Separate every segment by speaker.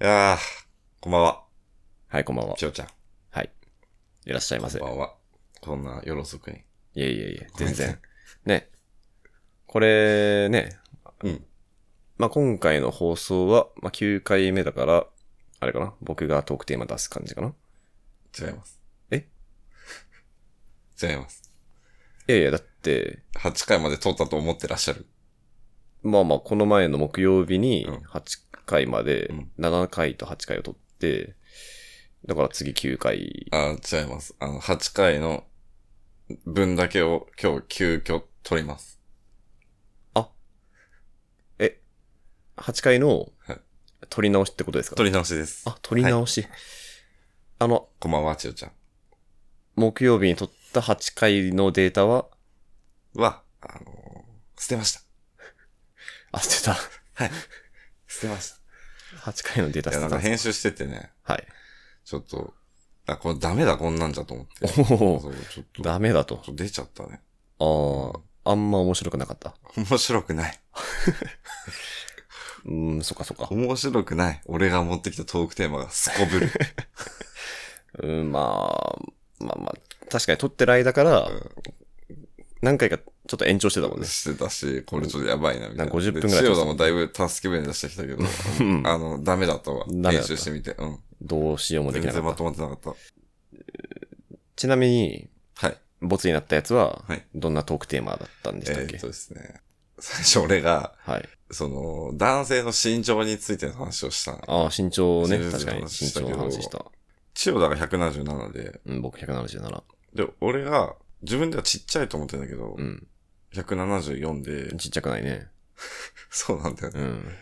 Speaker 1: ああ、こんばんは。
Speaker 2: はい、こんばんは
Speaker 1: ち。おちゃん。
Speaker 2: はい。いらっしゃいませ。い
Speaker 1: こんばんは。こんな夜遅くに。
Speaker 2: えいえいえ、全然。ね。これね、
Speaker 1: うん。
Speaker 2: まあ、今回の放送は、まあ、9回目だから、あれかな僕がトークテーマ出す感じかな
Speaker 1: 違います。
Speaker 2: え
Speaker 1: 違います。
Speaker 2: いやいや、だって、
Speaker 1: 8回まで撮ったと思ってらっしゃる。
Speaker 2: まあまあ、この前の木曜日に
Speaker 1: うん
Speaker 2: 8回まで
Speaker 1: うん、
Speaker 2: 7回と8回を取って、だから次9回。
Speaker 1: ああ、違います。あの、8回の分だけを今日急遽撮ります。
Speaker 2: え、8回の
Speaker 1: はい、
Speaker 2: 取り直しってことですか
Speaker 1: 撮り直しです。
Speaker 2: あ、取り直し。あの、
Speaker 1: こんばんは、ちおちゃん。
Speaker 2: 木曜日に撮った8回のデータは、
Speaker 1: は、あのー捨てました。
Speaker 2: あ、捨てた。
Speaker 1: 捨てまし
Speaker 2: 8回のデータ
Speaker 1: い
Speaker 2: 捨
Speaker 1: や、な
Speaker 2: て
Speaker 1: ん
Speaker 2: た
Speaker 1: か。編集しててね、
Speaker 2: はい。
Speaker 1: ちょっと、あ、これダメだ、こんなんじゃと思って。
Speaker 2: おお
Speaker 1: そうちょっと、
Speaker 2: ダメだと。
Speaker 1: ちょっと出ちゃったね。
Speaker 2: ああ、あんま面白くなかった。
Speaker 1: 面白くない。
Speaker 2: うーん、そっかそっか。
Speaker 1: 面白くない。俺が持ってきたトークテーマがすこ ぶる。
Speaker 2: うーん、まあ、まあまあ、確かに撮ってる間から、何回かちょっと延長してたもんね。
Speaker 1: してたし、これちょっとやばいな、みたいな。
Speaker 2: なんか50分ぐらい
Speaker 1: で千代田もだいぶ助け舟出してきた けど、
Speaker 2: うん
Speaker 1: あの、ダメだったわ。
Speaker 2: ダメ
Speaker 1: 編
Speaker 2: だった
Speaker 1: 集してみて。うん。
Speaker 2: どうしようもで
Speaker 1: 全
Speaker 2: きな
Speaker 1: 然
Speaker 2: か
Speaker 1: まと
Speaker 2: った。
Speaker 1: まってなかっ
Speaker 2: ちなみに、
Speaker 1: た。はい。
Speaker 2: ボツになったやつは
Speaker 1: はい、
Speaker 2: どんなトークテーマだったんで
Speaker 1: え
Speaker 2: したっけ、
Speaker 1: ーっとですね。最初俺が、
Speaker 2: はい。
Speaker 1: その、男性の身長についての話をしたの。
Speaker 2: ああ、身長ね。
Speaker 1: 全然
Speaker 2: 確かに
Speaker 1: 話
Speaker 2: 身
Speaker 1: したけ
Speaker 2: 長
Speaker 1: ど
Speaker 2: の話した。
Speaker 1: 千代田が177で、
Speaker 2: うん、僕177。
Speaker 1: で、俺が、自分ではちっちゃいと思ってんだけど、
Speaker 2: うん。
Speaker 1: 174で、
Speaker 2: ちっちゃくないね。
Speaker 1: そうなんだよね。
Speaker 2: うん。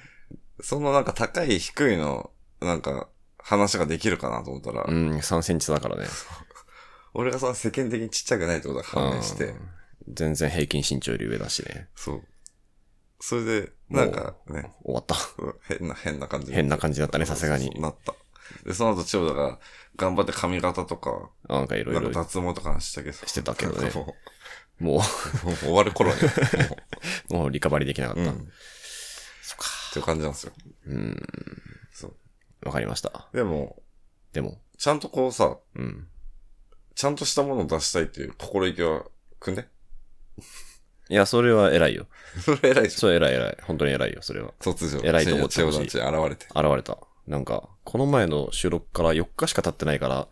Speaker 1: そのなんか高い低いの、なんか、話ができるかなと思ったら、
Speaker 2: うん、3センチだからね。
Speaker 1: 俺がその世間的にちっちゃくないってことが判明して、
Speaker 2: うん全然平均身長より上だしね。
Speaker 1: そう。それで、なんかね、
Speaker 2: 終わった。
Speaker 1: 変な、変な感じ。
Speaker 2: 変
Speaker 1: な、
Speaker 2: な感じだったね、さすがに。
Speaker 1: なった。で、その後、千代田が、頑張って髪型とか、
Speaker 2: なんかいろ
Speaker 1: なん
Speaker 2: い
Speaker 1: か
Speaker 2: ろ。
Speaker 1: 脱毛とかしてたけど。
Speaker 2: してたけどね
Speaker 1: なん かも
Speaker 2: も
Speaker 1: う、もう終わる頃に。も
Speaker 2: う、 もうリカバリーできなかっ
Speaker 1: ううん。
Speaker 2: た。
Speaker 1: っていう感じなんですよ。
Speaker 2: うん。
Speaker 1: そう。
Speaker 2: わかりました。
Speaker 1: でも、
Speaker 2: でも、
Speaker 1: ちゃんとこうさ、
Speaker 2: うん。
Speaker 1: ちゃんとしたものを出したいっていう心意気は、くんね。
Speaker 2: いや、それは偉いよ。
Speaker 1: それ偉いでしょ。
Speaker 2: それ偉い偉い。本当に偉いよ、それは。
Speaker 1: 突如、
Speaker 2: 偉いと思って
Speaker 1: 千
Speaker 2: ほ
Speaker 1: 代
Speaker 2: し
Speaker 1: 田
Speaker 2: い
Speaker 1: ち現れて。
Speaker 2: 現れた。なんか、この前の収録から4日しか経ってないから、
Speaker 1: う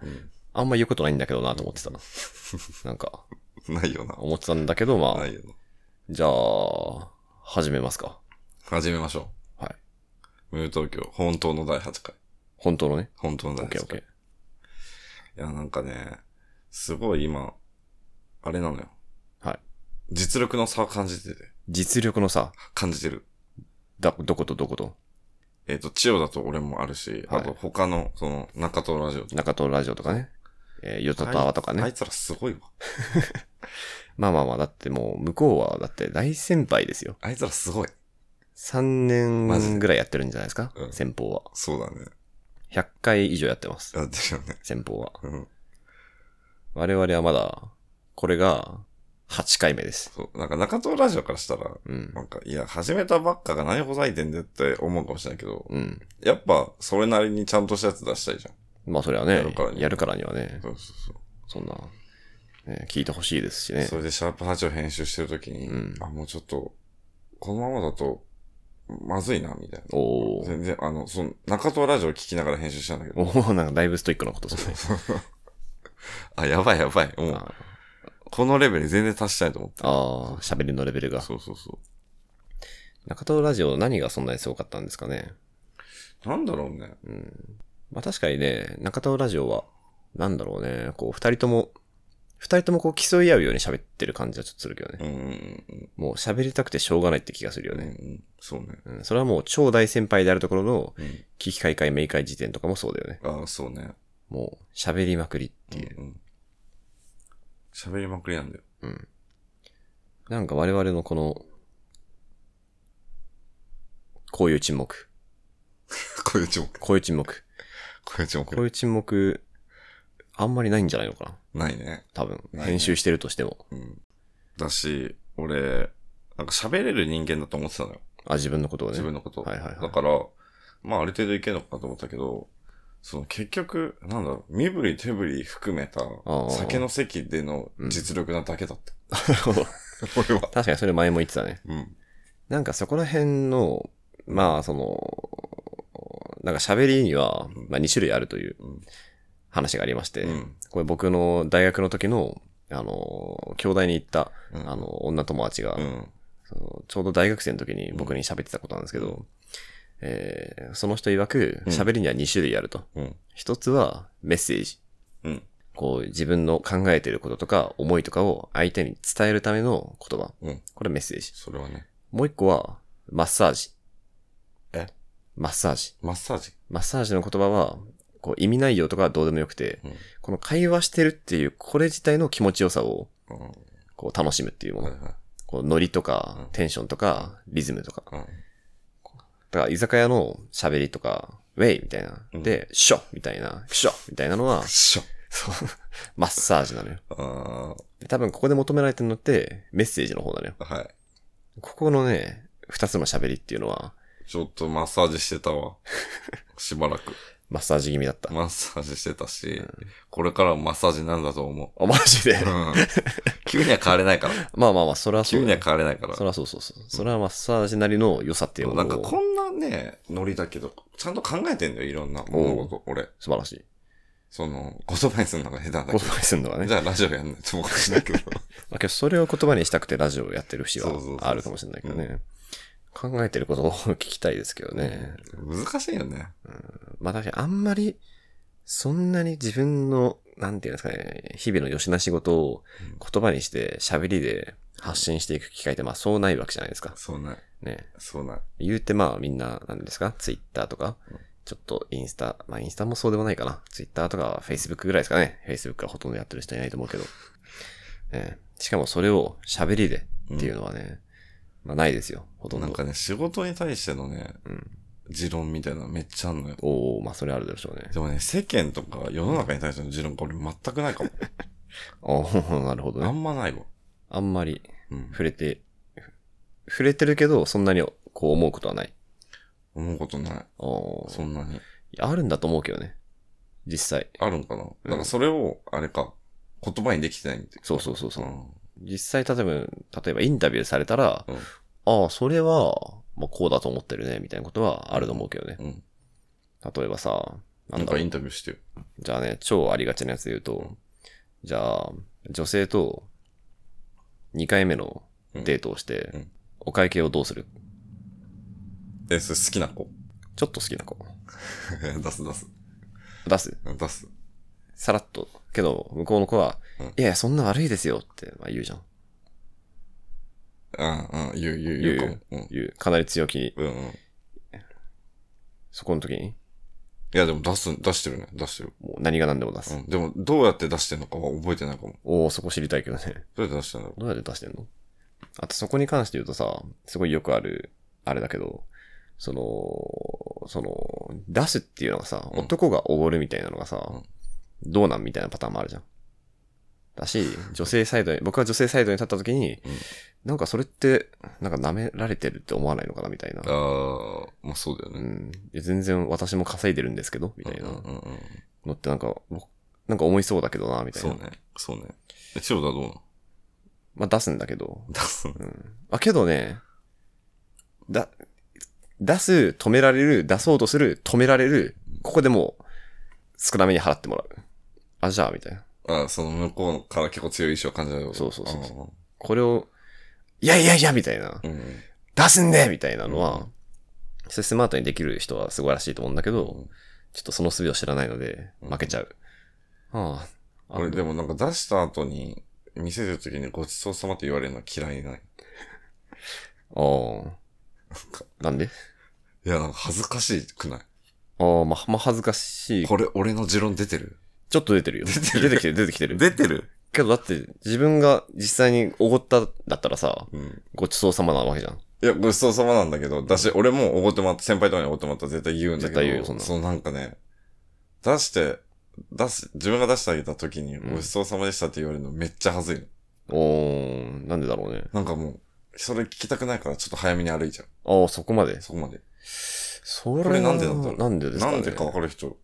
Speaker 2: あんま言うことないんだけどなと思ってた。 なんか、
Speaker 1: ん。ないよな。
Speaker 2: 思ってたんだけど、ま
Speaker 1: な
Speaker 2: あ
Speaker 1: い、よな。
Speaker 2: じゃあ、始めますか。
Speaker 1: 始めましょ
Speaker 2: は
Speaker 1: う。
Speaker 2: い。
Speaker 1: ムー東京、本当の第8回。
Speaker 2: 本当のね。
Speaker 1: 本当の
Speaker 2: オ
Speaker 1: 第
Speaker 2: ッケーオ
Speaker 1: 8
Speaker 2: ッケ
Speaker 1: 回
Speaker 2: ー。。
Speaker 1: いや、なんかね、すごい今、あれなのよ。
Speaker 2: はい。
Speaker 1: 実力の差を感じてて、
Speaker 2: 実力のさ、
Speaker 1: 感じてる。
Speaker 2: だ、どことどこと
Speaker 1: えっ、と、千代だと俺もあるし、
Speaker 2: はい
Speaker 1: あと他の、その、中東ラジオと
Speaker 2: 中東ラジオとかね、えー、ヨタとアワとかね、
Speaker 1: あいつらすごいわ。
Speaker 2: まあまあまあ、だってもう、向こうは、だって大先輩ですよ。
Speaker 1: あいつらすごい。
Speaker 2: 3
Speaker 1: マジで
Speaker 2: 年ぐらいやってるんじゃないですか、
Speaker 1: うん
Speaker 2: 先方は。
Speaker 1: そうだね。
Speaker 2: 100回以上やってます。
Speaker 1: やってるよね。
Speaker 2: 先方は。
Speaker 1: うん。
Speaker 2: 我々はまだ、これが、8回目です。
Speaker 1: そう。なんか中東ラジオからしたら、
Speaker 2: うん。
Speaker 1: なんか、いや、始めたばっかが何ほざいてんでって思うかもしれないけど、
Speaker 2: うん。
Speaker 1: やっぱ、それなりにちゃんとしたやつ出したいじゃん。
Speaker 2: まあそれはね
Speaker 1: やるから、に
Speaker 2: やるからにはね、
Speaker 1: そうそうそう。
Speaker 2: そんな、ね、聞いてほしいですしね
Speaker 1: そ。れでシャープ8を編集してるときに、
Speaker 2: うん
Speaker 1: あ、もうちょっと、このままだと、まずいな、みたいな。
Speaker 2: おー。
Speaker 1: 全然、あの、その、中東ラジオ聞きながら編集したんだけど、
Speaker 2: おー、なんかだいぶストイックなことするね。
Speaker 1: あ、やばいやばい。もう、
Speaker 2: あ
Speaker 1: このレベルに全然達したいと思って。
Speaker 2: あー、喋りのレベルが。
Speaker 1: そうそうそ
Speaker 2: 中東ラジオ何がそんなにすごかったんですかね
Speaker 1: う。なんだろうね。
Speaker 2: うん。まあ確かにね、中東ラジオは、なんだろうね、こう、二人とも、二人ともこう競い合うように喋ってる感じはちょっとするけどね
Speaker 1: う。んうんうん
Speaker 2: もう喋りたくてしょうがないって気がするよ
Speaker 1: うん。
Speaker 2: ね。
Speaker 1: うんそうね。
Speaker 2: うん。それはもう超大先輩であるところの、
Speaker 1: うん。
Speaker 2: 危機開会明快時点とかもそうだよね。
Speaker 1: ああ、そうね。
Speaker 2: もう喋りまくりってい
Speaker 1: う
Speaker 2: う。
Speaker 1: んうん喋りまくりなんだ よ。
Speaker 2: うん。なんか我々のこの、こういう沈黙。
Speaker 1: こういう情報。
Speaker 2: こういう沈黙。
Speaker 1: こういう情
Speaker 2: こう
Speaker 1: 報。
Speaker 2: いう沈黙、あんまりないんじゃないのかな
Speaker 1: ないね。
Speaker 2: 多分。
Speaker 1: ないね
Speaker 2: 編集してるとしても。
Speaker 1: うん。だし、俺、なんか喋れる人間だと思ってたのよ。
Speaker 2: あ、自分のことをね。
Speaker 1: 自分のこと。
Speaker 2: はいはいはい
Speaker 1: だから、まあある程度いけるのかなと思ったけど、その結局、なんだろう、身振り手振り含めた
Speaker 2: あ、
Speaker 1: 酒の席での実力なだけだった。
Speaker 2: なるほど。
Speaker 1: 俺は。
Speaker 2: 確かにそれ前も言ってたね。
Speaker 1: うん。
Speaker 2: なんかそこら辺の、まあその、なんか喋りには、まあ2種類あるという
Speaker 1: うん
Speaker 2: 話がありまして、
Speaker 1: うん
Speaker 2: これ僕の大学の時の、あの、兄弟に行った、
Speaker 1: うん
Speaker 2: あの、女友達が、
Speaker 1: うん。
Speaker 2: そのちょうど大学生の時に僕に喋ってたことなんですけど、えーその人曰く、
Speaker 1: うん
Speaker 2: 喋りには2種類あると。
Speaker 1: うん。
Speaker 2: 一つはメッセージ。
Speaker 1: うん。
Speaker 2: こう、自分の考えてることとか、思いとかを相手に伝えるための言葉。
Speaker 1: うん。
Speaker 2: これメッセージ。
Speaker 1: それはね、
Speaker 2: もう一個は、マッサージ。
Speaker 1: え
Speaker 2: マッサージ。
Speaker 1: マッサージ。
Speaker 2: マッサージの言葉は、こう意味内容とかはどうでもよくて、
Speaker 1: うん
Speaker 2: この会話してるっていう、これ自体の気持ちよさを、
Speaker 1: うん。
Speaker 2: こう楽しむっていうも
Speaker 1: は
Speaker 2: の。
Speaker 1: いは
Speaker 2: こうノリとか
Speaker 1: うん、
Speaker 2: テンションとか、リズムとか。
Speaker 1: い。うん。
Speaker 2: だから居酒屋の喋りとか、ウェイみたいな。
Speaker 1: うん
Speaker 2: で、ショみたいな、ショみたい なのは
Speaker 1: くっ、しょ。
Speaker 2: そう、マッサージなのよ。
Speaker 1: あ
Speaker 2: で多分ここで求められてるのって、メッセージの方なのよ。
Speaker 1: あ、はい。
Speaker 2: ここのね、二つの喋りっていうのは、
Speaker 1: ちょっとマッサージしてた わ。しばらく。
Speaker 2: マッサージ気味だった。
Speaker 1: マッサージしてたし、これからもマッサージなんだと思
Speaker 2: あ、マジで
Speaker 1: う。うん。 急には変われないから。
Speaker 2: まあまあまあ、それはそう
Speaker 1: 急
Speaker 2: だ
Speaker 1: には
Speaker 2: ね、
Speaker 1: 変われないから
Speaker 2: そ。れはそうそうそう。それはマッサージなりの良さっていうも
Speaker 1: な
Speaker 2: の
Speaker 1: んか
Speaker 2: を
Speaker 1: こんなね、ノリだけど、ちゃんと考えてんだよ、いろんな物事。俺、
Speaker 2: 素晴らしい。
Speaker 1: その、言葉にするのが下手だけ
Speaker 2: 言葉にするのが
Speaker 1: ど。
Speaker 2: ね。
Speaker 1: じ
Speaker 2: ま
Speaker 1: ゃあラジオやんないと思うかもしれないけど。
Speaker 2: あ、けどそれを言葉にしたくてラジオをやってる節は
Speaker 1: そうそうそうそう
Speaker 2: あるかもしれないけどね。考えてることを聞きたいですけどね。
Speaker 1: 難しいよね。
Speaker 2: まあ、確かにあんまり、そんなに自分の、なんていうんですかね、日々のよしな仕事を
Speaker 1: うん
Speaker 2: 言葉にして、喋りで発信していく機会って、まあそうないわけじゃないですか。
Speaker 1: そうない。
Speaker 2: ね。
Speaker 1: そうない。
Speaker 2: 言うてまあみんな、なんですかツイッターとか
Speaker 1: うん、
Speaker 2: ちょっとインスタ、まあインスタもそうでもないかな。ツイッターとかフェイスブックぐらいですかね。フェイスブックはほとんどやってる人いないと思うけど。ね、しかもそれを喋りでっていうのはね、まあないですよ。ほとんど。
Speaker 1: なんかね、仕事に対してのね、
Speaker 2: うん。
Speaker 1: 持論みたいなのめっちゃあんのよ。
Speaker 2: おおまあそれあるでしょうね。
Speaker 1: でもね、世間とか世の中に対しての持論が俺全くないかも。
Speaker 2: ああ、なるほど
Speaker 1: あ
Speaker 2: ね。
Speaker 1: んまないわ。
Speaker 2: あんまり
Speaker 1: うん。
Speaker 2: 触れて、ふ触れてるけど、そんなにこう思うことはない。
Speaker 1: 思うことない。
Speaker 2: あー
Speaker 1: そんなに。
Speaker 2: いやあるんだと思うけどね。実際。
Speaker 1: あるんかな、なんかそれを、あれか、言葉にできてないみたい
Speaker 2: そうそうそう
Speaker 1: な。
Speaker 2: そう。実際、例えば、例えばインタビューされたら、
Speaker 1: うん
Speaker 2: ああ、それは、まあ、こうだと思ってるね、みたいなことはあると思うけどね。
Speaker 1: うん。うん。
Speaker 2: 例えばさ、な
Speaker 1: なんん
Speaker 2: だ
Speaker 1: か
Speaker 2: ろう
Speaker 1: インタビューしてよ。
Speaker 2: じゃあね、超ありがちなやつで言うと、
Speaker 1: うん
Speaker 2: じゃあ、女性と2回目のデートをして、
Speaker 1: うんうん
Speaker 2: お会計をどうする
Speaker 1: え、それ好きな子。
Speaker 2: ちょっと好きな子。
Speaker 1: 出す出す。
Speaker 2: 出す
Speaker 1: 出す。
Speaker 2: さらっと。けど、向こうの子は、
Speaker 1: うん
Speaker 2: いやいや、そんな悪いですよって、まあ、言うじゃん。
Speaker 1: うんうん、言う、言う、
Speaker 2: 言
Speaker 1: 言
Speaker 2: う
Speaker 1: うかも。うん。
Speaker 2: 言う。かなり強気に。
Speaker 1: うんうん。い
Speaker 2: そこの時に、
Speaker 1: や、でも出す、出してるね。出してる。
Speaker 2: もう何が何でも出す。
Speaker 1: うん。でも、どうやって出してんのかは覚えてないかも。
Speaker 2: おおそこ知りたいけどね。
Speaker 1: どうやって出してんだろ
Speaker 2: どうやって出してんのあとそこに関して言うとさ、すごいよくある、あれだけど、その、その、出すっていうのがさ、
Speaker 1: うん
Speaker 2: 男がおごるみたいなのがさ、
Speaker 1: うん
Speaker 2: どうなんみたいなパターンもあるじゃん。だ し、女性サイドに、僕は女性サイドに立った時
Speaker 1: う
Speaker 2: に、
Speaker 1: ん
Speaker 2: なんかそれって、なんか舐められてるって思わないのかなみたいな。
Speaker 1: う。あー、まあそうだよ
Speaker 2: う
Speaker 1: ね。
Speaker 2: ん。いや全然私も稼いでるんですけど、みたいな
Speaker 1: うんうんうん。
Speaker 2: のってなんか、僕なんか思いそうだけどな、みたい
Speaker 1: そう
Speaker 2: な。
Speaker 1: ね。そうね。え、千代田はどうなの
Speaker 2: まあ出すんだけど、
Speaker 1: 出すの
Speaker 2: うん。あ、けどね、だ、出す、止められる、出そうとする、止められる、ここでもう、少なめに払ってもらう。あ、じゃあ、みたいな。
Speaker 1: あーその向こうから結構強い意志を感じる。
Speaker 2: そうそうそうそ
Speaker 1: そ
Speaker 2: これを、いやいやいや、みたいな。
Speaker 1: うん。うん。
Speaker 2: 出すんでみたいなの
Speaker 1: う
Speaker 2: は、それスマートにできる人はすごいらしいと思うんだけど、ちょっとその術を知らないので、
Speaker 1: うん
Speaker 2: 負けちゃう。ああ。
Speaker 1: 俺でもなんか出した後に、見せてる時にごちそうさまって言われるのは嫌いない。
Speaker 2: も。あ
Speaker 1: か
Speaker 2: あ。なんで
Speaker 1: いや、なんか恥ずかしくない
Speaker 2: ああ、ま、ま、恥ずかしい。
Speaker 1: これ、俺の持論出てる
Speaker 2: ちょっと出てるよ。出
Speaker 1: てる
Speaker 2: てきてる、出てきてる。
Speaker 1: 出てる
Speaker 2: けどだって自分が実際におごっただったらさ、
Speaker 1: うん。
Speaker 2: ごちそうさまなわけじゃん。
Speaker 1: いや、ごちそうさまなんだけど、だし、俺もおごってもらった、先輩とかにおごってもらったら絶対言うんだけど、
Speaker 2: 絶対言うよそんなの
Speaker 1: のなんかね、出して、出す、自分が出してあげた時に、
Speaker 2: うん
Speaker 1: ごちそうさまでしたって言われるのめっちゃ恥ずいの。
Speaker 2: おー、なんでだろうね。
Speaker 1: なんかもう、それ聞きたくないからちょっと早めに歩いちゃう。
Speaker 2: ああ、そこまで。
Speaker 1: そこまで。
Speaker 2: そ
Speaker 1: これなんでなんだろう
Speaker 2: なんでですか、ね、
Speaker 1: なんでかわかる人、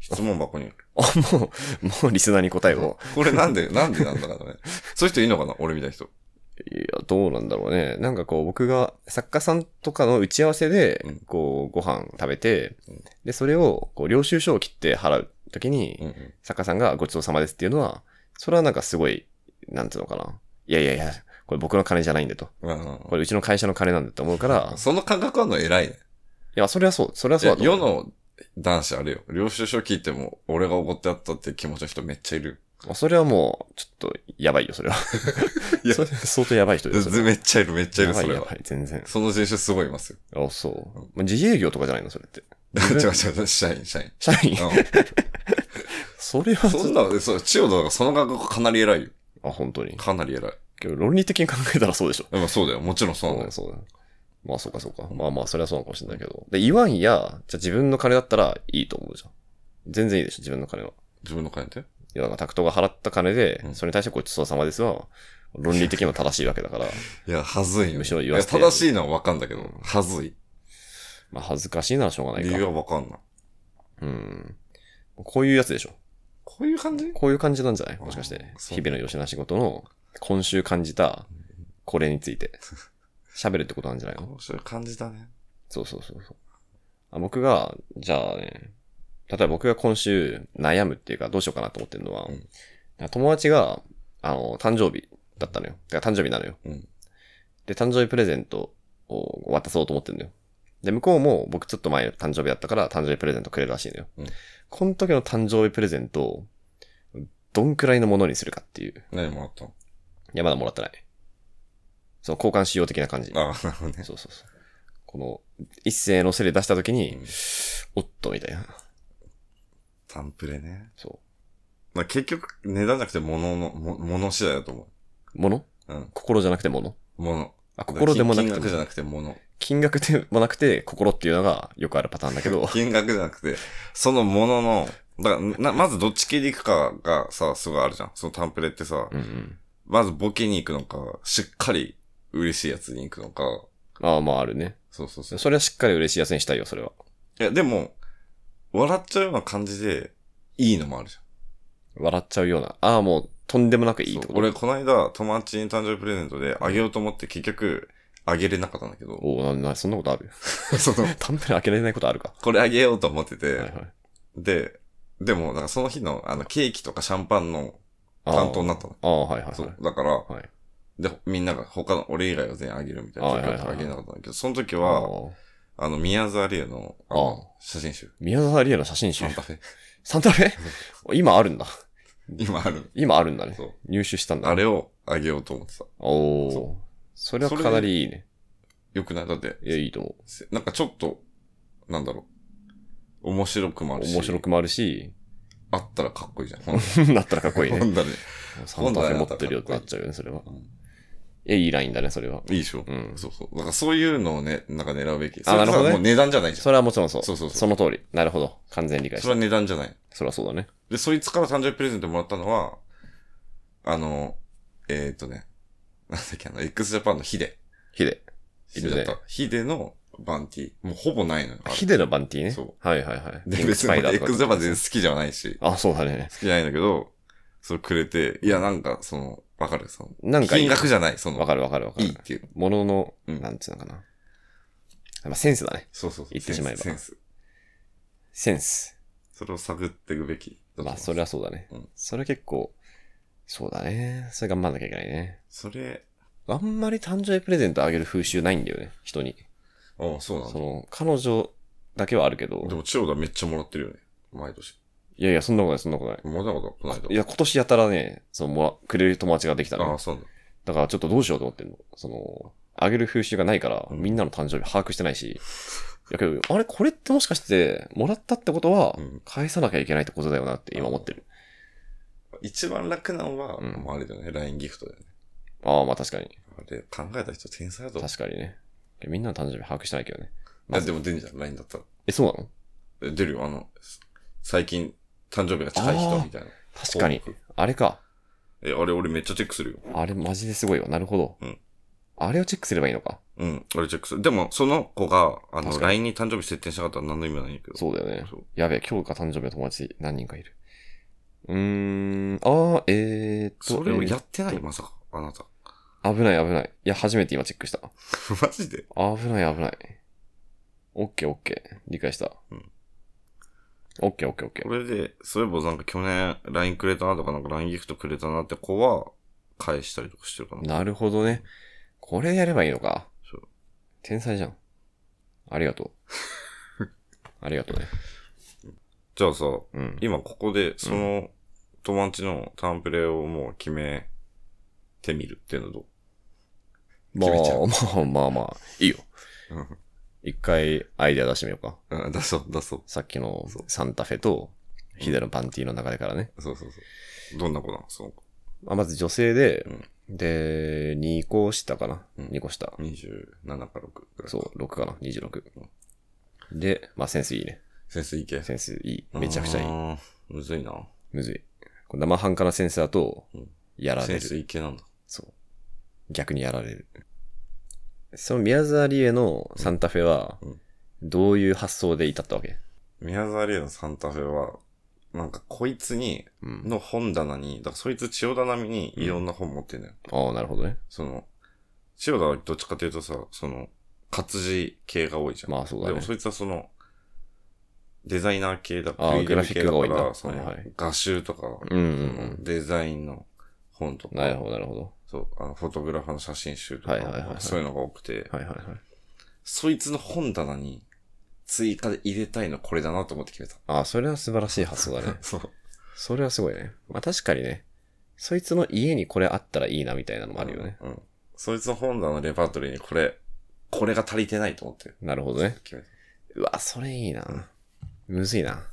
Speaker 1: 質問箱 に。
Speaker 2: あ、もう、 もうリスナーに答えを。
Speaker 1: これなんで、なんでなんだろうね。そういう人いいのかな俺みたいな人。
Speaker 2: いや、どうなんだろうね。なんかこう、僕が作家さんとかの打ち合わせで
Speaker 1: うん、
Speaker 2: こう、ご飯食べて
Speaker 1: うん、
Speaker 2: で、それを、こう、領収書を切って払うときに、
Speaker 1: うんうん
Speaker 2: 作家さんがごちそうさまですっていうのは、それはなんかすごい、なんつうのかな。いやいやいや、これ僕の金じゃないんだと。
Speaker 1: まあまあま
Speaker 2: これうちの会社の金なんだと思うから
Speaker 1: あ、 その感覚あるの偉いね。
Speaker 2: いや、それはそう、それはいそう
Speaker 1: や
Speaker 2: だと
Speaker 1: 世
Speaker 2: 思う。
Speaker 1: の男子あれよ。領収書聞いても、俺が怒ってやったって気持ちの人めっちゃいる。
Speaker 2: のそれはもう、ちょっと、やばいよ、それは。
Speaker 1: いや
Speaker 2: それ相当やばい人です。
Speaker 1: めっちゃいる、めっちゃい
Speaker 2: や
Speaker 1: る、
Speaker 2: ば
Speaker 1: そ
Speaker 2: い、
Speaker 1: れ
Speaker 2: や
Speaker 1: は
Speaker 2: ば。い、全然。
Speaker 1: その人種すごいいますよ。
Speaker 2: あ、そう。まあ自営業とかじゃないの、それって。
Speaker 1: 違う違う、社員、社員。
Speaker 2: 社員。
Speaker 1: う
Speaker 2: それは
Speaker 1: ん、そんな、そう、千代田がその感覚かなり偉いよ。
Speaker 2: あ、本当に。
Speaker 1: かなり偉い。
Speaker 2: けど論理的に考えたらそうでしょ。
Speaker 1: でもそうだよ、もちろんそうなの
Speaker 2: う
Speaker 1: よ
Speaker 2: ん、。そうだ。まあ、そうか、そうか。まあまあ、それはそうなのかもしれないけど。で、言わんや、じゃあ自分の金だったらいいと思うじゃん。全然いいでしょ、自分の金は。
Speaker 1: 自分の金で。
Speaker 2: いや、だからタクトが払った金で
Speaker 1: う、ん
Speaker 2: それに対してごちそうさまですは、論理的にも正しいわけだから、
Speaker 1: いや、はずいよ。
Speaker 2: むしろ言わせて
Speaker 1: いや正しいのはわかんだけど、
Speaker 2: うん
Speaker 1: はずい。
Speaker 2: まあ、恥ずかしいならしょうがない
Speaker 1: 理由
Speaker 2: か。
Speaker 1: はわかんない。
Speaker 2: うん。こういうやつでしょ。
Speaker 1: こういう感じ
Speaker 2: こういう感じなんじゃないもしかし
Speaker 1: あ
Speaker 2: て
Speaker 1: ー。そう
Speaker 2: 日々の吉な仕事の、今週感じた、これについ て、喋るってことなんじゃないの
Speaker 1: 面白い感じだね。
Speaker 2: そうそうそうそうあ。僕が、じゃあね、例えば僕が今週悩むっていうかどうしようかなと思ってるのは、
Speaker 1: うん
Speaker 2: 友達が、あの、誕生日だったのよ。だから誕生日なのよ。
Speaker 1: うん
Speaker 2: で、誕生日プレゼントを渡そうと思ってるのよ。で、向こうも僕ちょっと前誕生日だったから誕生日プレゼントくれるらしいのよ。
Speaker 1: うん
Speaker 2: この時の誕生日プレゼントを、どんくらいのものにするかっていう。
Speaker 1: 何もらったの
Speaker 2: いや、まだもらってない。その交換しよう的な感じ。
Speaker 1: ああ、なるほどね。
Speaker 2: そうそうそう。この、一斉のせで出したときに、
Speaker 1: うん
Speaker 2: おっと、みたいな。
Speaker 1: タンプレね。
Speaker 2: そ
Speaker 1: まあ、結局、値段じゃなくて物の、も物次第だと思
Speaker 2: う。もの
Speaker 1: う。うん。
Speaker 2: 心じゃなくてもの
Speaker 1: 物。
Speaker 2: あ、心でもなく
Speaker 1: 金額
Speaker 2: て
Speaker 1: じゃ
Speaker 2: も。
Speaker 1: なくて物。。
Speaker 2: 金額でもなくて、心っていうのがよくあるパターンだけど
Speaker 1: 金額じゃなくて、そのものの、だからな、まずどっち系でいくかがさ、すごいあるじゃん。そのタンプレってさ
Speaker 2: う、んうん。
Speaker 1: まずボケに行くのか、しっかり嬉しいやつに行くのか、
Speaker 2: ああ、まああるね。
Speaker 1: そうそうそう。
Speaker 2: それはしっかり嬉しいやつにしたいよ、それは。
Speaker 1: いや、でも、笑っちゃうような感じで、いいのもあるじゃん。
Speaker 2: 笑っちゃうような。ああ、もう、とんでもなくいいって
Speaker 1: そ
Speaker 2: こ
Speaker 1: う
Speaker 2: と。
Speaker 1: 俺、この間、友達に誕生日プレゼントであげようと思って、結局、あげれなかったんだけど、
Speaker 2: おおな、な、そんなことある
Speaker 1: その、
Speaker 2: タンプレ開けられないことあるか。
Speaker 1: これあげようと思ってて、
Speaker 2: はいはい。
Speaker 1: で、でも、なんかその日の、あの、ケーキとかシャンパンの
Speaker 2: ああ
Speaker 1: 担当になったの。
Speaker 2: ああ、はいはいはい。
Speaker 1: そう。だから、
Speaker 2: はい。
Speaker 1: で、みんなが他の俺以外は全員あげるみたいな。
Speaker 2: はいはいはい
Speaker 1: あげなかったんだけど、その時
Speaker 2: あ
Speaker 1: は、
Speaker 2: あ
Speaker 1: あの、宮沢りえの、あの、写真集。
Speaker 2: 宮沢りえの写真集
Speaker 1: サン。 タフェ。
Speaker 2: サンタフェ 今あるんだ。
Speaker 1: 今ある。
Speaker 2: 今あるんだね
Speaker 1: そう。
Speaker 2: 入手したんだ
Speaker 1: あ。れをあげようと思ってた。
Speaker 2: お
Speaker 1: そ
Speaker 2: お。それはかなりいいね。
Speaker 1: よくないだって、
Speaker 2: いや、いいと思
Speaker 1: せなんかちょっと、なんだろう。面白くもあ
Speaker 2: う。
Speaker 1: るし。
Speaker 2: 面白くもあるし、
Speaker 1: あったらかっこいいじゃん。ほん
Speaker 2: だったらかっこいいね。
Speaker 1: ほん だね。
Speaker 2: サンタフェ持ってるよってなっちゃうよね、それは。え、いいラインだね、それは。
Speaker 1: いいでしょ
Speaker 2: うん
Speaker 1: そうそう。だからそういうのをね、なんか狙うべき。
Speaker 2: あなるほどね
Speaker 1: それはもう値段じゃないじゃ
Speaker 2: それはもちろんそう。
Speaker 1: そうそうそう
Speaker 2: の通り。なるほど。完全
Speaker 1: ん。
Speaker 2: に理解し
Speaker 1: それ
Speaker 2: た。
Speaker 1: は値段じゃない。
Speaker 2: それはそうだね。
Speaker 1: で、そいつから誕生日プレゼントもらったのは、あの、えっ、ー、とね、 なんだっけ、あの、x ジャパンのヒデ。
Speaker 2: ヒデ。
Speaker 1: ヒデだった。ヒデのバンティ。もうほぼないのよ。あれ
Speaker 2: ヒデのバンティね。
Speaker 1: そ
Speaker 2: はいはいはい。
Speaker 1: で、
Speaker 2: ピンク
Speaker 1: 別
Speaker 2: ス
Speaker 1: に
Speaker 2: パイ
Speaker 1: 俺
Speaker 2: ダーとか
Speaker 1: x ジャパン全然好きじゃないし、
Speaker 2: あ、そうだね。
Speaker 1: 好きじゃないんだけど、それくれて、いや、なんか、その、わかるその、
Speaker 2: なんかいい
Speaker 1: 金額じゃない、その、
Speaker 2: わかるわかるわか
Speaker 1: いい
Speaker 2: る
Speaker 1: っ。ていう。
Speaker 2: ものの、
Speaker 1: うん
Speaker 2: なんつうのかな。まあ、センスだね。
Speaker 1: そうそうそう。
Speaker 2: 言ってしまえば
Speaker 1: センス。センス
Speaker 2: センス。
Speaker 1: それを探っていくべきだと思
Speaker 2: ま
Speaker 1: い
Speaker 2: あ、
Speaker 1: ます。
Speaker 2: それはそうだね
Speaker 1: うん。
Speaker 2: それ結構、そうだね。それ頑張んなきゃいけないね。
Speaker 1: それ、
Speaker 2: あんまり誕生日プレゼントあげる風習ないんだよね、人に。
Speaker 1: ああ、そうなん
Speaker 2: そ
Speaker 1: だ。
Speaker 2: の、彼女だけはあるけど
Speaker 1: で、も、千代田めっちゃもらってるよね。毎年。
Speaker 2: いやいや、そんなことない、そんなことない。
Speaker 1: まだまだ、この間。
Speaker 2: いや、今年やたらね、その、もら、くれる友達ができた
Speaker 1: あ
Speaker 2: の
Speaker 1: あ、。そうなんだ。
Speaker 2: だからちょっとどうしようと思ってんの。その、あげる風習がないから、
Speaker 1: うん
Speaker 2: みんなの誕生日把握して ないし。いやけど、あれ、これってもしかして、もらったってことは
Speaker 1: うん、
Speaker 2: 返さなきゃいけないってことだよなって今思ってる。
Speaker 1: 一番楽なのは、
Speaker 2: うん
Speaker 1: もうあれだよね、LINE ギフトだよね。
Speaker 2: ああ、まあ確かに。
Speaker 1: あれ、考えた人天才だと思う。
Speaker 2: 確かにね。いやみんなの誕生日把握してないけどね。
Speaker 1: あ、でも出んじゃん、LINE だったら。
Speaker 2: え、そうなの
Speaker 1: え出るよ、あの、最近、誕生日が近い人みたいな。
Speaker 2: 確かに
Speaker 1: 報告。
Speaker 2: あれか。
Speaker 1: え、あれ俺めっちゃチェックするよ。
Speaker 2: あれ、マジですごいわ。なるほど。
Speaker 1: うん
Speaker 2: あれをチェックすればいいのか。
Speaker 1: うん、俺チェックする。でも、その子が、あ
Speaker 2: 確か
Speaker 1: の、
Speaker 2: に
Speaker 1: LINE に誕生日設定しなかったら何の意味もないんだけど。
Speaker 2: そうだよね。
Speaker 1: そう
Speaker 2: やべえ、今日が誕生日の友達何人かいる。うーん、あー、えーっと。
Speaker 1: それをやってない、
Speaker 2: えーっ
Speaker 1: まさか、あなた。
Speaker 2: と危ない危ない。いや、初めて今チェックした。
Speaker 1: マジで
Speaker 2: 危ない危ない。オッケーオッケー。理解した。
Speaker 1: うん
Speaker 2: オッケーオッケーオッケー。
Speaker 1: 俺で、そういえばなんか去年 LINE くれたなとか、なんか LINE ギフトくれたなって子は、返したりとかしてるかな。
Speaker 2: なるほどね。これやればいいのか
Speaker 1: そう。
Speaker 2: 天才じゃん。ありがと う。ありがとうね。
Speaker 1: じゃあさ、
Speaker 2: うん。
Speaker 1: 今ここで、その、友達のタンプレをもう決めてみるっていうのはどう
Speaker 2: まあ
Speaker 1: 決めちゃう
Speaker 2: まあまあまあ、いいよ。
Speaker 1: うん
Speaker 2: 一回アイデア出してみようか。
Speaker 1: うん、出そう、出そう。
Speaker 2: さっきの
Speaker 1: そう
Speaker 2: サンタフェとヒデのパンティの流れからね。
Speaker 1: そうそうそう。どんな子なのその子。
Speaker 2: まあ、まず女性で、で、2個下かな。
Speaker 1: うん
Speaker 2: 2個下。
Speaker 1: 27か6くらい。
Speaker 2: そう、6かな。26。で、まあセンスいいね。
Speaker 1: センスいい系。
Speaker 2: センスいい。めちゃくちゃいい。
Speaker 1: い。むずいな。
Speaker 2: むずい。こう生半可なセンスだと
Speaker 1: うん、
Speaker 2: やら
Speaker 1: セ
Speaker 2: れ
Speaker 1: ンス
Speaker 2: る。
Speaker 1: いい系なんだ。
Speaker 2: そう。逆にやられる。その宮沢りえのサンタフェは
Speaker 1: うん、
Speaker 2: どういう発想で至ったわけ
Speaker 1: 宮沢りえのサンタフェは、なんかこいつに、
Speaker 2: うん。
Speaker 1: の本棚に、だからそいつ千代田並みにいろんな本持ってんだよ。
Speaker 2: ああ、なるほどね。
Speaker 1: その、千代田はどっちかというとさ、その、活字系が多いじゃん。
Speaker 2: まあそうだ
Speaker 1: で
Speaker 2: ね
Speaker 1: も。そいつはその、デザイナー系だ
Speaker 2: あー
Speaker 1: クリエイティブ系だ
Speaker 2: グラフィックが多いん
Speaker 1: か
Speaker 2: だ
Speaker 1: ら、そ
Speaker 2: はい
Speaker 1: の
Speaker 2: はい、
Speaker 1: 画集とか、
Speaker 2: うんうんう
Speaker 1: その
Speaker 2: ん。
Speaker 1: デザインの本とか、
Speaker 2: なるほど、なるほど。
Speaker 1: そう、あの、フォトグラファーの写真集と
Speaker 2: はいはいはいは
Speaker 1: か
Speaker 2: い、
Speaker 1: そういうのが多くて、
Speaker 2: はいはいはい。
Speaker 1: そいつの本棚に追加で入れたいのこれだなと思って決めた。。
Speaker 2: ああ、それは素晴らしい発想だね
Speaker 1: そう。
Speaker 2: それはすごいね。まあ確かにね、そいつの家にこれあったらいいなみたいなのもあるよね。。
Speaker 1: うん。そいつの本棚のレパートリーにこれ、これが足りてないと思って
Speaker 2: なるほどね。
Speaker 1: 決めた。
Speaker 2: うわ、それいいな。むずいな。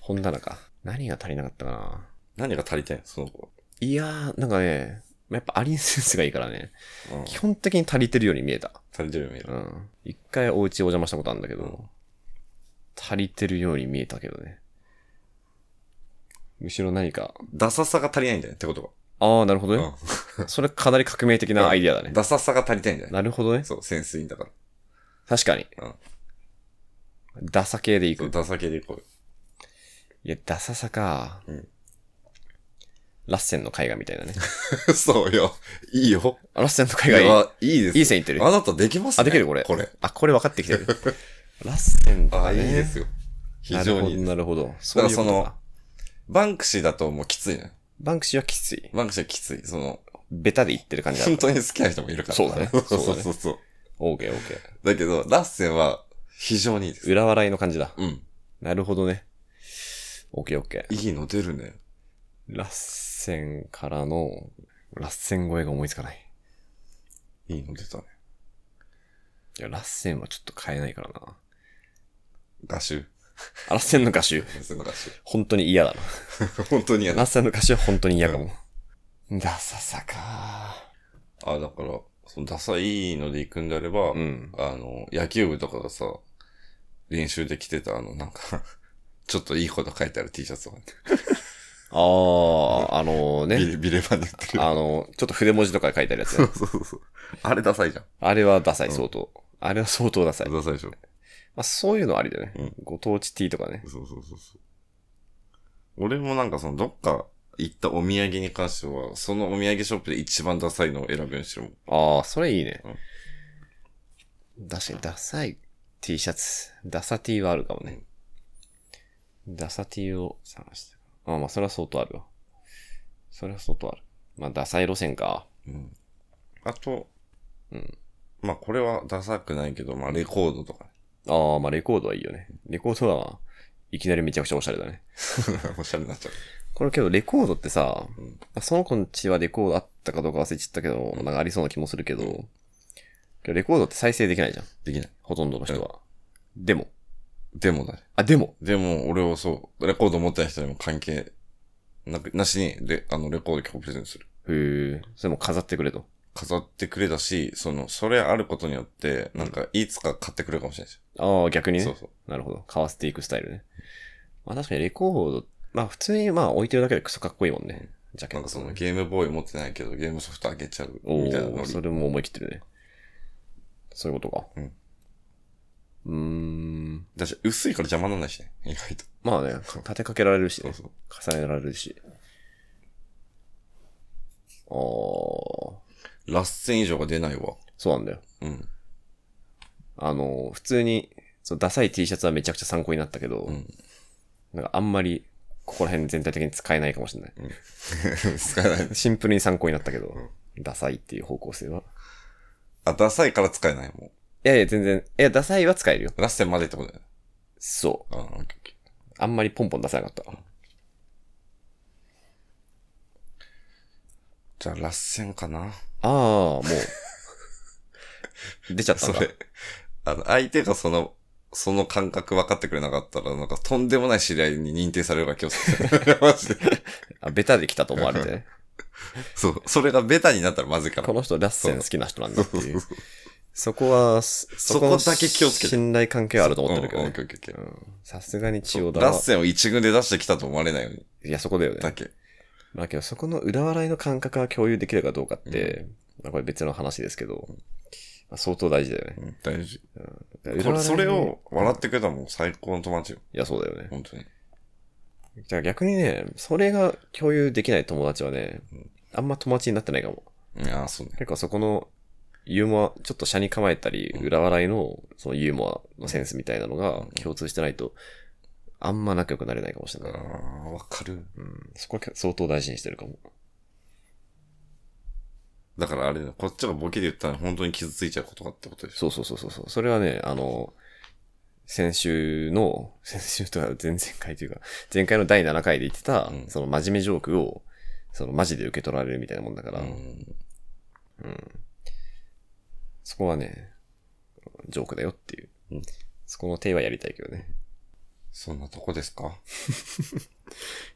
Speaker 2: 本棚か。何が足りなかったかな。
Speaker 1: 何が足りてんその子
Speaker 2: いやー、なんかね、やっぱアリンセンスがいいからね、
Speaker 1: は。うん。
Speaker 2: 基本的に足りてるように見えた。
Speaker 1: 足りてるように見え
Speaker 2: う
Speaker 1: る。
Speaker 2: ん。一回お家お邪魔したことあるんだけど、
Speaker 1: うん
Speaker 2: 足りてるように見えたけどね。むしろ何か、
Speaker 1: ダサさが足りないんだよねってこと
Speaker 2: ああ、なるほどね
Speaker 1: が。。
Speaker 2: それかなり革命的なアイディアだ
Speaker 1: う
Speaker 2: ね
Speaker 1: ん。。ダサさが足 りてないんだよね。
Speaker 2: なるほどね。
Speaker 1: そう、センスいいんだから。
Speaker 2: 確かに。
Speaker 1: うん
Speaker 2: ダサ系でい
Speaker 1: そ
Speaker 2: く
Speaker 1: う、。ダサ系でいこうよ。
Speaker 2: いや、ダサさか。
Speaker 1: うん
Speaker 2: ラッセンの絵画みたいなね。
Speaker 1: そうよ。いいよ。
Speaker 2: あラッセンの
Speaker 1: い
Speaker 2: 絵画いい。
Speaker 1: いいです。
Speaker 2: いい線いってる
Speaker 1: あなたできますね
Speaker 2: あできるこれ
Speaker 1: これ。
Speaker 2: あ、これ分かってきて る。ラッセンと
Speaker 1: あ
Speaker 2: か
Speaker 1: いい
Speaker 2: ね。
Speaker 1: ですよ。非
Speaker 2: なる
Speaker 1: 常
Speaker 2: ほど、
Speaker 1: にいいです。
Speaker 2: なるほど。そういうこと
Speaker 1: だからそ
Speaker 2: か
Speaker 1: のバンクシーだともうきついね。
Speaker 2: バンクシーはきつい。
Speaker 1: バンクシーはきつい。その、
Speaker 2: ベタで言ってる感じだ
Speaker 1: 本当に好きな人もいるから。
Speaker 2: そうだ ね
Speaker 1: そう
Speaker 2: そ
Speaker 1: そうう
Speaker 2: だね
Speaker 1: そうそう。
Speaker 2: オーケーオーケー。
Speaker 1: だけど、ラッセンは非常にいいです。
Speaker 2: 裏笑いの感じだ。
Speaker 1: うん。
Speaker 2: なるほどね。オーケーオーケー。
Speaker 1: いいの出るね。
Speaker 2: ラッセンからの、ラッセン声が思いつかない。
Speaker 1: いいの出たね。
Speaker 2: いや、ラッセンはちょっと変えないからな。
Speaker 1: 画集。
Speaker 2: あラッセンの歌手、
Speaker 1: ラッセンの画集。
Speaker 2: 本当に嫌だな。
Speaker 1: 本当に嫌だ。
Speaker 2: ラッセンの歌手は本当に嫌かも。ダサさか。
Speaker 1: あ、だから、そのダサいので行くんであれば、
Speaker 2: うん。
Speaker 1: あの、野球部とかがさ、練習で着てたあの、なんか、 ちょっといいこと書いてある T シャツを、ね、
Speaker 2: あー、あの
Speaker 1: ビ
Speaker 2: ね。
Speaker 1: レ、ビレバンで売 ってる。
Speaker 2: あの、ちょっと筆文字とか書いてあるや つね、
Speaker 1: そうそうそう。あれダサいじゃん。
Speaker 2: あれはダサい、相当。あれは相当ダサい。ま
Speaker 1: ダサいでしょ。
Speaker 2: あ、そういうのありだよね。
Speaker 1: うん
Speaker 2: ご当地 T とかね。
Speaker 1: そうそうそうそう。俺もなんかその、どっか行ったお土産に関しては、そのお土産ショップで一番ダサいのを選ぶようにしてるもん。
Speaker 2: ああ、それいいね。確かに、ダサい T シャツ。ダサ T はあるかもね。ダサ T を探して。ああ、まあ、それは相当あるわ。それは相当ある。まあ、ダサい路線か。
Speaker 1: うん。あと、
Speaker 2: うん。
Speaker 1: まあこれはダサくないけど、まあレコードとかね。
Speaker 2: ああ、まあ、レコードはいいよね。レコードはいきなりめちゃくちゃオシャレだね。
Speaker 1: おしゃれになっちゃう。
Speaker 2: これけど、レコードってさ、
Speaker 1: うん
Speaker 2: その子の家はレコードあったかどうか忘れちゃったけど、なんかありそうな気もするけど、けどレコードって再生できないじゃん。
Speaker 1: できない。
Speaker 2: ほとんどの人は。でも。
Speaker 1: でもだね。
Speaker 2: あ、でも。
Speaker 1: でも俺はそう、レコード持ってない人にも関係なく、なしに、レあの、レコード結構プレゼントする。
Speaker 2: へえ。それも飾ってくれと。
Speaker 1: 飾ってくれたし、その、それあることによって、なんか、いつか買ってくれるかもしれないし。
Speaker 2: ああ、逆にね。
Speaker 1: そうそう。
Speaker 2: なるほど。買わせていくスタイルね。まあ確かにレコード、まあ普通にまあ置いてるだけでクソかっこいいもんね。ジャケ
Speaker 1: な
Speaker 2: ッ
Speaker 1: ん
Speaker 2: ト
Speaker 1: かそ
Speaker 2: とか
Speaker 1: の
Speaker 2: ね。
Speaker 1: ゲームボーイ持ってないけど、ゲームソフトあげちゃう
Speaker 2: お
Speaker 1: みたいなの
Speaker 2: お、
Speaker 1: に
Speaker 2: それも思い切ってるね。そういうことか。
Speaker 1: うん。
Speaker 2: うーん。
Speaker 1: だし、薄いから邪魔なんないしね。意外と。
Speaker 2: まあね、立てかけられるし、ね、
Speaker 1: そう
Speaker 2: 重ねられるし。ああ、そ
Speaker 1: ラッセン以上が出ないわ。
Speaker 2: うなんだよ。
Speaker 1: うん。
Speaker 2: あの、普通に、そのダサい T シャツはめちゃくちゃ参考になったけど、
Speaker 1: うん。
Speaker 2: なんかあんまり、ここら辺全体的に使えないかもしれない。
Speaker 1: 使えない。
Speaker 2: シンプルに参考になったけど、ダサいっていう方向性は。
Speaker 1: あ、ダサいから使えない。も
Speaker 2: いやいや、全然、いや、ダサいは使えるよ。
Speaker 1: う。ラッセンまでってことだよね。
Speaker 2: そ
Speaker 1: あーオッケーオッケ
Speaker 2: う。あんまりポンポン出さなかった。
Speaker 1: ーじゃあ、ラッセンかな。
Speaker 2: ああ、 もう。出ちゃったん
Speaker 1: そ
Speaker 2: だ。
Speaker 1: れ、あの、相手がその、その感覚分かってくれなかったら、なんか、とんでもない知り合いに認定される わけよ。マジで。
Speaker 2: あ、ベタで来たと思われ てね。
Speaker 1: そう。それがベタになったらまずいから。
Speaker 2: この人、ラッセン好きな人なんだっていう
Speaker 1: そ。
Speaker 2: そこは、そ
Speaker 1: そこだけ気をつけて
Speaker 2: 信頼関係はあると思ってるけど
Speaker 1: うんうんオッ
Speaker 2: ね
Speaker 1: ケーオッケーオッケー
Speaker 2: うん。さすがに千代田
Speaker 1: ラッ
Speaker 2: は。
Speaker 1: センを一軍で出してきたと思われないように。
Speaker 2: いや、そこだよね
Speaker 1: だ。け。
Speaker 2: まあけど、そこの裏笑いの感覚が共有できるかどうかって、まあこれ別の話ですけど、まあ相当大事だよね。
Speaker 1: うん、大事。こ
Speaker 2: 裏笑い
Speaker 1: れ、
Speaker 2: に
Speaker 1: それを笑ってくれたらもう最高の友達よ。
Speaker 2: いや、そうだよね。
Speaker 1: 本当に。
Speaker 2: じゃあ逆にね、それが共有できない友達はね、あんま友達になってないかも。
Speaker 1: いやー、そうね。
Speaker 2: 結構そこのユーモア、ちょっと斜に構えたり、
Speaker 1: うん
Speaker 2: 裏笑いのそのユーモアのセンスみたいなのが共通してないと、あんま仲良くなれないかもしれ
Speaker 1: あ
Speaker 2: ない。
Speaker 1: ー、わかる。
Speaker 2: うん、そこは相当大事にしてるかも。
Speaker 1: だからあれだよこっちがボケで言ったら本当に傷ついちゃうことかってことでしょ。
Speaker 2: そうそうそうそうそう。それはね、あの、先週の、 先週とか前々回というか、前回の第7回で言ってた、
Speaker 1: うん
Speaker 2: その真面目ジョークを、そのマジで受け取られるみたいなもんだから、
Speaker 1: うん。
Speaker 2: そこはね、ジョークだよっていう。
Speaker 1: うん
Speaker 2: そこの手はやりたいけどね。
Speaker 1: そんなとこですか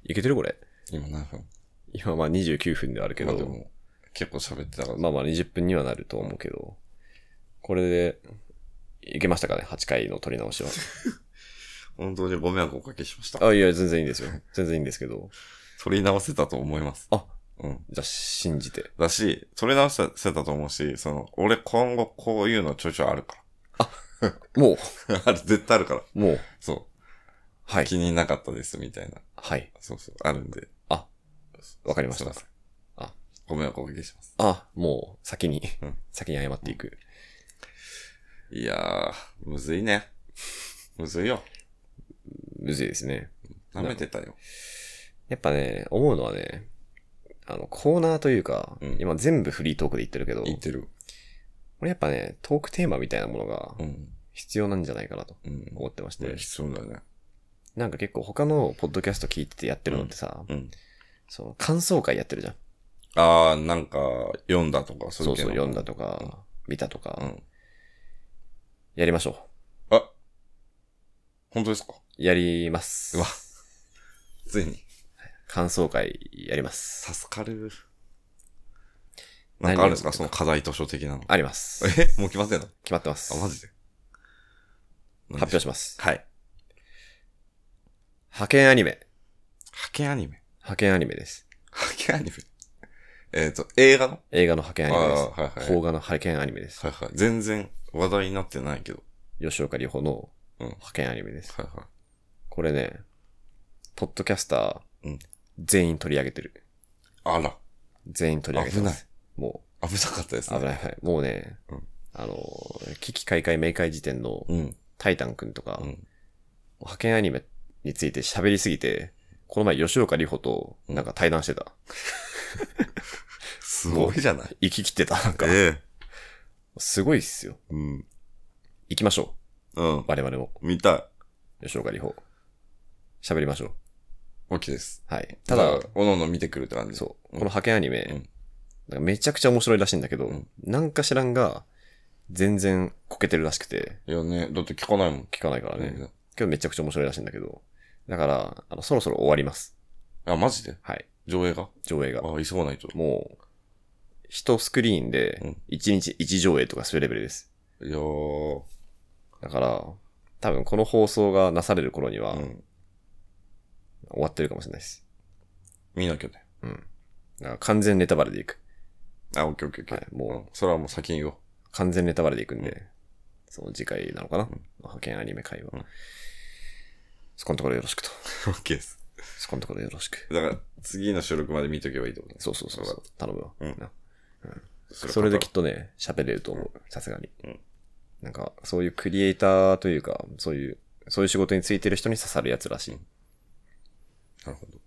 Speaker 2: いけてるこれ。
Speaker 1: 今何分
Speaker 2: 今まあ29分ではあるけ
Speaker 1: まあで
Speaker 2: ど、
Speaker 1: も、結構喋ってたから。
Speaker 2: まあまあ20分にはなると思うけど、これで、いけましたかね ?8 回の取り直 しは。
Speaker 1: 本当にご迷惑をおかけしました。
Speaker 2: あ、いや、全然いいんですよ。全然いいんですけど。
Speaker 1: 取り直せたと思います。
Speaker 2: あ、
Speaker 1: うん。
Speaker 2: じゃあ信じて。
Speaker 1: だし、取り直せたと思うし、その、俺今後こういうのちょいちょいあるか
Speaker 2: も
Speaker 1: ら。 ある、絶対あるから。
Speaker 2: う、もう、
Speaker 1: そ
Speaker 2: は
Speaker 1: う。
Speaker 2: い。
Speaker 1: 気になかったです、みたいな。
Speaker 2: はい。
Speaker 1: そうそう、あるんで。
Speaker 2: あ、わかりました
Speaker 1: すいせん
Speaker 2: あ
Speaker 1: ご迷惑をおかけします。
Speaker 2: あ、もう、先に、
Speaker 1: うん
Speaker 2: 先に謝っていく。
Speaker 1: いやー、むずいね。 むずいよ。
Speaker 2: むずいですね。
Speaker 1: 舐めてたよ。
Speaker 2: やっぱね、思うのはね、あの、コーナーというか、
Speaker 1: うん
Speaker 2: 今全部フリートークで言ってるけど、
Speaker 1: 言ってる。
Speaker 2: これやっぱね、トークテーマみたいなものが
Speaker 1: うん。
Speaker 2: 必要なんじゃないかなと
Speaker 1: うん。
Speaker 2: 思ってまし
Speaker 1: こ
Speaker 2: て、
Speaker 1: れ必要だね。
Speaker 2: なんか結構他のポッドキャスト聞いててやってるのってさ、
Speaker 1: うん。
Speaker 2: その感想会やってるじゃん。
Speaker 1: あー、なんか、読んだとか、
Speaker 2: そうそう、読んだ
Speaker 1: と
Speaker 2: とか、見たとか、
Speaker 1: うん。
Speaker 2: やりましょ
Speaker 1: あ、本当ですか
Speaker 2: う。やります
Speaker 1: うわ。ついに。
Speaker 2: 感想会やります。
Speaker 1: 助かる。な
Speaker 2: 何
Speaker 1: んかあるんですか
Speaker 2: を
Speaker 1: その課題図書的なの。
Speaker 2: あります。
Speaker 1: え もう決まってんの
Speaker 2: 決まってます。
Speaker 1: あ、マジで。
Speaker 2: 発表します。
Speaker 1: はい。
Speaker 2: 派遣アニメ。
Speaker 1: 派遣アニメ。
Speaker 2: 派遣アニメです。
Speaker 1: 派遣アニメ。 えっ、と、映画の
Speaker 2: 映画の派遣アニメです。
Speaker 1: あーはいはい
Speaker 2: 邦画の派遣アニメです。
Speaker 1: はいはい。全然話題になってないけど。
Speaker 2: 吉岡里帆の
Speaker 1: うん。はい
Speaker 2: 派遣アニメです。
Speaker 1: はい。
Speaker 2: これね、ポッドキャスタ
Speaker 1: う
Speaker 2: ー
Speaker 1: ん、
Speaker 2: 全員取り上げてる。
Speaker 1: あら、
Speaker 2: 全員取り上げてます。も
Speaker 1: 危なかったです
Speaker 2: う、
Speaker 1: ね。
Speaker 2: 危ない、はい。もうね、
Speaker 1: うん
Speaker 2: あの、危機開会明快時点の
Speaker 1: うん。
Speaker 2: タイタンくんとか、
Speaker 1: うん。
Speaker 2: 派遣アニメについて喋りすぎて、この前吉岡里帆となんか対談してた。
Speaker 1: すごいじゃない。
Speaker 2: 行き切ってた。なんか、
Speaker 1: え
Speaker 2: すごいっすよ。
Speaker 1: えうん。
Speaker 2: 行きましょ
Speaker 1: うん
Speaker 2: う。。我々も。
Speaker 1: 見たい。
Speaker 2: 吉岡里帆。喋りましょ
Speaker 1: OK です。
Speaker 2: う。はい。た
Speaker 1: た
Speaker 2: だ
Speaker 1: だ、、おのおの見てくるって感じ。
Speaker 2: そう
Speaker 1: う。。
Speaker 2: この派遣アニメ、
Speaker 1: うん
Speaker 2: なんかめちゃくちゃ面白いらしいんだけど、
Speaker 1: ん
Speaker 2: なんか知らんが、全然こけてるらしくて、
Speaker 1: いやね、だって聞かないもん。
Speaker 2: 聞かないからね。
Speaker 1: うん
Speaker 2: 今日めちゃくちゃ面白いらしいんだけど、だから、あの、そろそろ終わります。
Speaker 1: あ、マジで
Speaker 2: はい。
Speaker 1: 上映が
Speaker 2: 上映が。
Speaker 1: あ、急がないと。
Speaker 2: もう、一スクリーン
Speaker 1: う
Speaker 2: で
Speaker 1: ん、
Speaker 2: 1日1上映とかそういうレベルです。
Speaker 1: いやー。
Speaker 2: だから、多分この放送がなされる頃には、
Speaker 1: うん。
Speaker 2: 終わってるかもしれないです。
Speaker 1: 見なきゃね。
Speaker 2: うん。だから完全ネタバレでいく。
Speaker 1: あ、オッケーオッケーオッケ
Speaker 2: は
Speaker 1: ー。
Speaker 2: い。もう、
Speaker 1: それはもう先に言おう。
Speaker 2: 完全ネタバレでいくんで、
Speaker 1: う
Speaker 2: その次回なのかな、
Speaker 1: ん
Speaker 2: 派遣アニメ会は、
Speaker 1: うん
Speaker 2: そこのところよろしくと。
Speaker 1: OK です。
Speaker 2: そこのところよろしく。
Speaker 1: だから、次の収録まで見とけばいいってことね。
Speaker 2: そうそうそうそう。頼むわ。
Speaker 1: うん
Speaker 2: な
Speaker 1: そ
Speaker 2: それできっ
Speaker 1: と。
Speaker 2: とね、喋れると思う。さすがに
Speaker 1: うん。
Speaker 2: なんか、そういうクリエイターというか、そういう、そういう仕事についてる人に刺さるやつらしい。
Speaker 1: なるほど。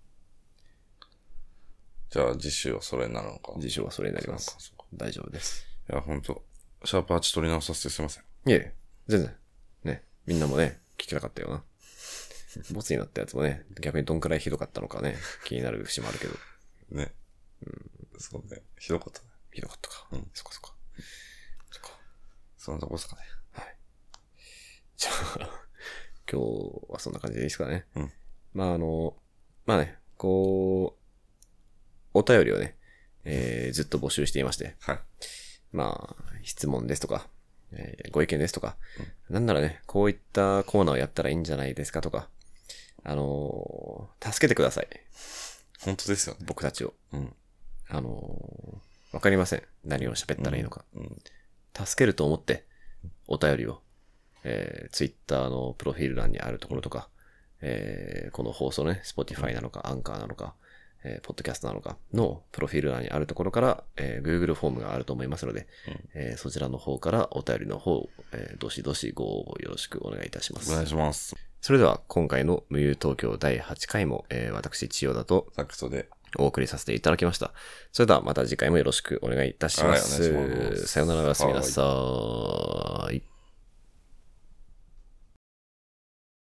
Speaker 1: じゃあ、次週はそれなのか。
Speaker 2: 自称はそれになりま
Speaker 1: そう
Speaker 2: す
Speaker 1: か。そうか
Speaker 2: 大丈夫です。
Speaker 1: いや、ほんと、シャープ8取り直させてすいません。
Speaker 2: いえいえ、全然。ね、みんなもね、聞きたかったよな。ボツになったやつもね、逆にどんくらいひどかったのかね、気になる節もあるけど、
Speaker 1: ね。そうね。ひどかったね。
Speaker 2: ひどかったか。
Speaker 1: うん
Speaker 2: そっかそっか。そっか。
Speaker 1: そんなとこですかね。
Speaker 2: じゃあ、今日はそんな感じでいいですかね。
Speaker 1: うん
Speaker 2: まあ、あの、まあね、こう、お便りをね、えーずっと募集していまして、
Speaker 1: はい。
Speaker 2: まあ、質問ですとか、えーご意見ですとか
Speaker 1: うん、
Speaker 2: なんならね、こういったコーナーをやったらいいんじゃないですかとか、あのー助けてください。
Speaker 1: 本当ですよね。
Speaker 2: 僕たちを。
Speaker 1: うん。
Speaker 2: あのーわかりません。何を喋ったらいいのか。
Speaker 1: うん。
Speaker 2: 助けると思って、お便りを、えー、Twitter のプロフィール欄にあるところとか、えー、この放送のね、Spotify なのか、アンカーなのか、えー、Podcast なのかのプロフィール欄にあるところから、えー、Google フォームがあると思いますので、
Speaker 1: うん
Speaker 2: えーそちらの方からお便りの方、えーどしどしご応募よろしくお願いいたしま
Speaker 1: お願い
Speaker 2: す。
Speaker 1: します。
Speaker 2: それでは、今回の無友東京第8回も、えー、私、千代田と
Speaker 1: タクトで。
Speaker 2: お送りさせていただきました。それではまた次回もよろしくお願いいたします。
Speaker 1: はいお願いします
Speaker 2: さよならおやすみなさい。